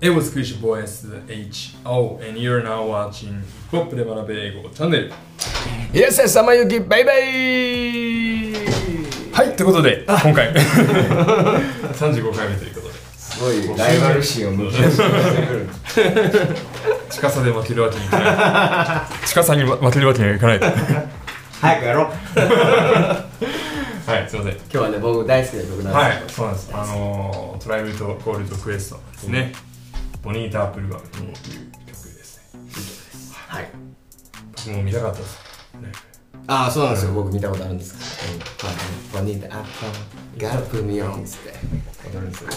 It was Kush Boy SHO and you're now watching ヒップホップで学べ英語チャンネルイエスエス様ゆきバイバイはい、ということで今回35回目ということですごいライバル心を向き出してくる近さで負けるわけにいかない 近さに負けるわけにはいかないは早くやろうい、すいません今日はね僕大好きな曲なんはですい、そうなんです。あのー、トライブとコールとクエストですね。ボニータ・アップルガムという曲ですね。はい、僕も見たかったです。ああそうなんですよ僕見たことあるんですけど「ポニータアップガルプミヨン」っつって踊るんですよ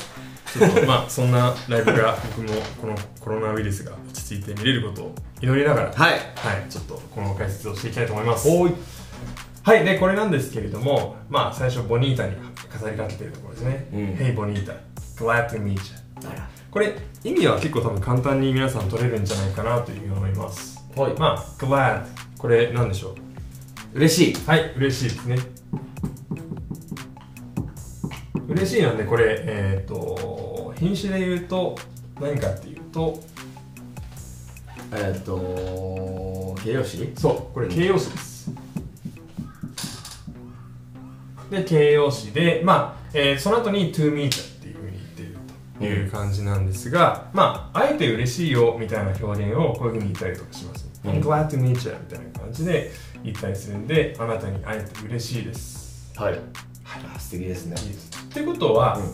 ちょっとまあそんなライブが僕もこのコロナウイルスが落ち着いて見れることを祈りながら、はいはい、ちょっとこの解説をしていきたいと思います。おいはい、で、これなんですけれども、まあ最初ボニータに飾りかけてるところですね。うん hey ボニータ、glad to meet you。これ意味は結構多分簡単に皆さん取れるんじゃないかなというふうに思います。はいまあ、glad、これなんでしょう嬉しいはい、嬉しいですね。嬉しいなんで、これ、えっ、と、品種で言うと、何かっていうと、えーっと形容詞そう、これ形容詞です。で、形容詞で、まあ、えーその後に to meet っていうふうに言っているという感じなんですが、まあ、あえて嬉しいよみたいな表現をこういうふうに言ったりとかします。うん I'm glad to meet you みたいな感じで言ったりするんで、あなたに会えて嬉しいです。はいあ素敵ですねってことは、うん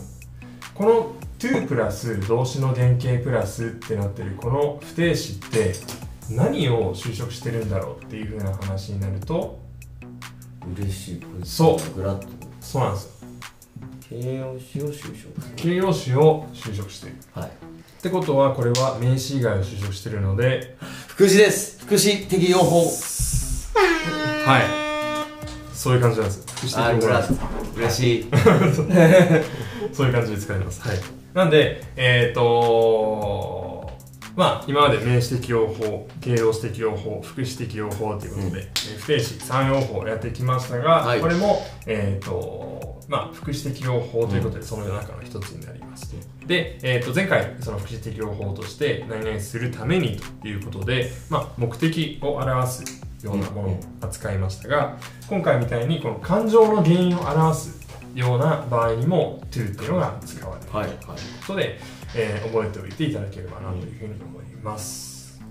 この to プラス動詞の原型プラスってなってるこの不定詞って何を就職してるんだろうっていう風な話になると嬉しいそうグラッとそうなんですよ形容詞を就職する形容詞を就職しているっはいてことはこれは名詞以外を就職してるので福祉です福祉的用法はいそういう感じなんですよ福祉的あーなグラッ嬉しいそういう感じで使います。はい。なんで、えっ、とまあ、今まで名詞的用法、形容詞的用法、副詞的用法ということで、うんえー不定詞、三用法をやってきましたが、はいこれも、えっ、とまあ、副詞的用法ということで、その中の一つになります。で、えっ、と、前回、その副詞的用法として、何々するためにということで、まあ、目的を表すようなものを扱いましたが、今回みたいに、この感情の原因を表すような場合にも、to っていうのが使われる。はいはいことで、えー覚えておいていただければなというふうに思います、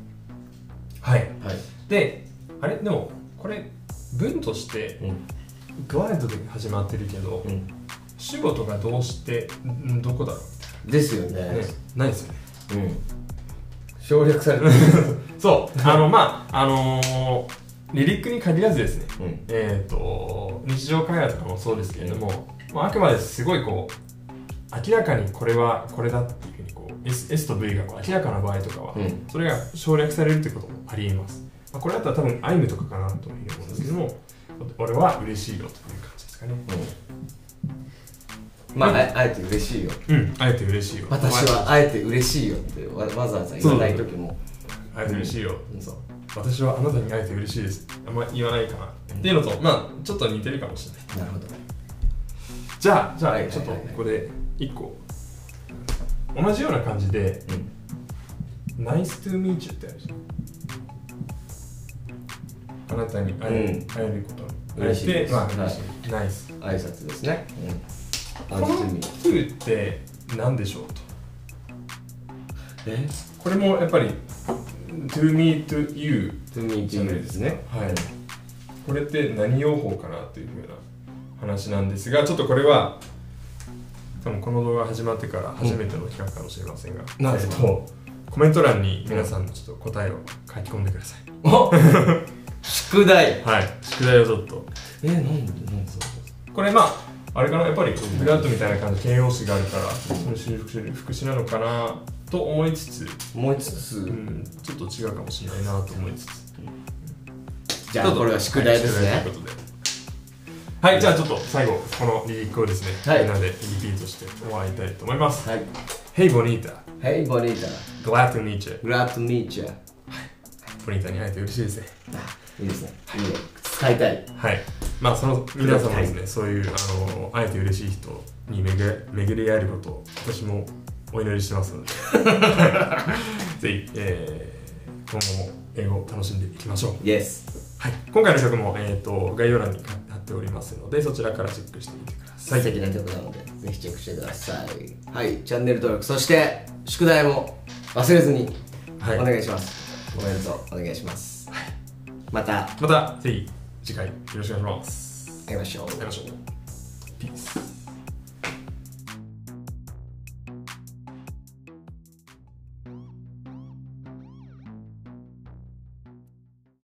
はいはいであれでもこれ文としてうんグワイドで始まってるけど、うん主語とか動詞ってんどこだろですようねねないですよねうん省略されてる そうあのまああのーリリックに限らずですねうんえー、と日常会話とかもそうですけれども、まあ、あくまですごいこう明らかにこれはこれだっていうふうにこう S, S と V がこう明らかな場合とかは、うんそれが省略されるってこともありえます、まあ、これだったら多分アイムとかかなというふうに思うんですけども俺は嬉しいよという感じですかねうんまあ、ああえて嬉しいようんあえて嬉しいよ私はあえて嬉しいよってわわざわざ言わない時もあえて嬉しいよ、うんそう私はあなたに会えて嬉しいですあんま言わないかな、っていうのとまあちょっと似てるかもしれないなるほどじゃあじゃはあいはいちはょっいとはいここで一個同じような感じでうんナイストゥーミーチュってあるじゃん。あなたに会え,、うん会えることに嬉しい会えてですまあ、はい嬉しいナイス。挨拶ですねうこんのあト実にゥーって何でしょうと。えこれもやっぱり to me to you トゥミーチングですねはい。これって何用法かなというふうな話なんですが、ちょっとこれは多分この動画始まってから初めての企画かもしれませんが、なるえっほとコメント欄に皆さんのちょっと答えを書き込んでください。お宿題はい。宿題をちょっと。えなんでなんでそうこれまああれかなやっぱりフラットみたいな感じで形容詞があるからその修復する福祉なのかなと思いつつ、思いつつ、うん、ちょっと違うかもしれないなと思いつつじゃあこれは宿題ですはいね宿題ということではいじゃあちょっと最後このリリックをですね、はいみんなでリピートして終わりたいと思いますはい Hey Bonita Hey Bonita Glad to meet you Glad to meet you ボニータに会えて嬉しいですねいいですねいいね使いたいはいまあその皆さんもですねそういうあの会えて嬉しい人に巡れ巡り合えることを私もお祈りしてますの でぜひ、えー今後も英語を楽しんでいきましょうイエスはい、今回の曲も、えー、と概要欄に貼っておりますのでそちらからチェックしてみてくださ素い。敵な曲なのでぜひチェックしてくださいはいチャンネル登録そして宿題も忘れずにはいお願いします、コメントお願いします、また会またぜひ次回よろしくお願いします。いましょう会いましょう。ピース。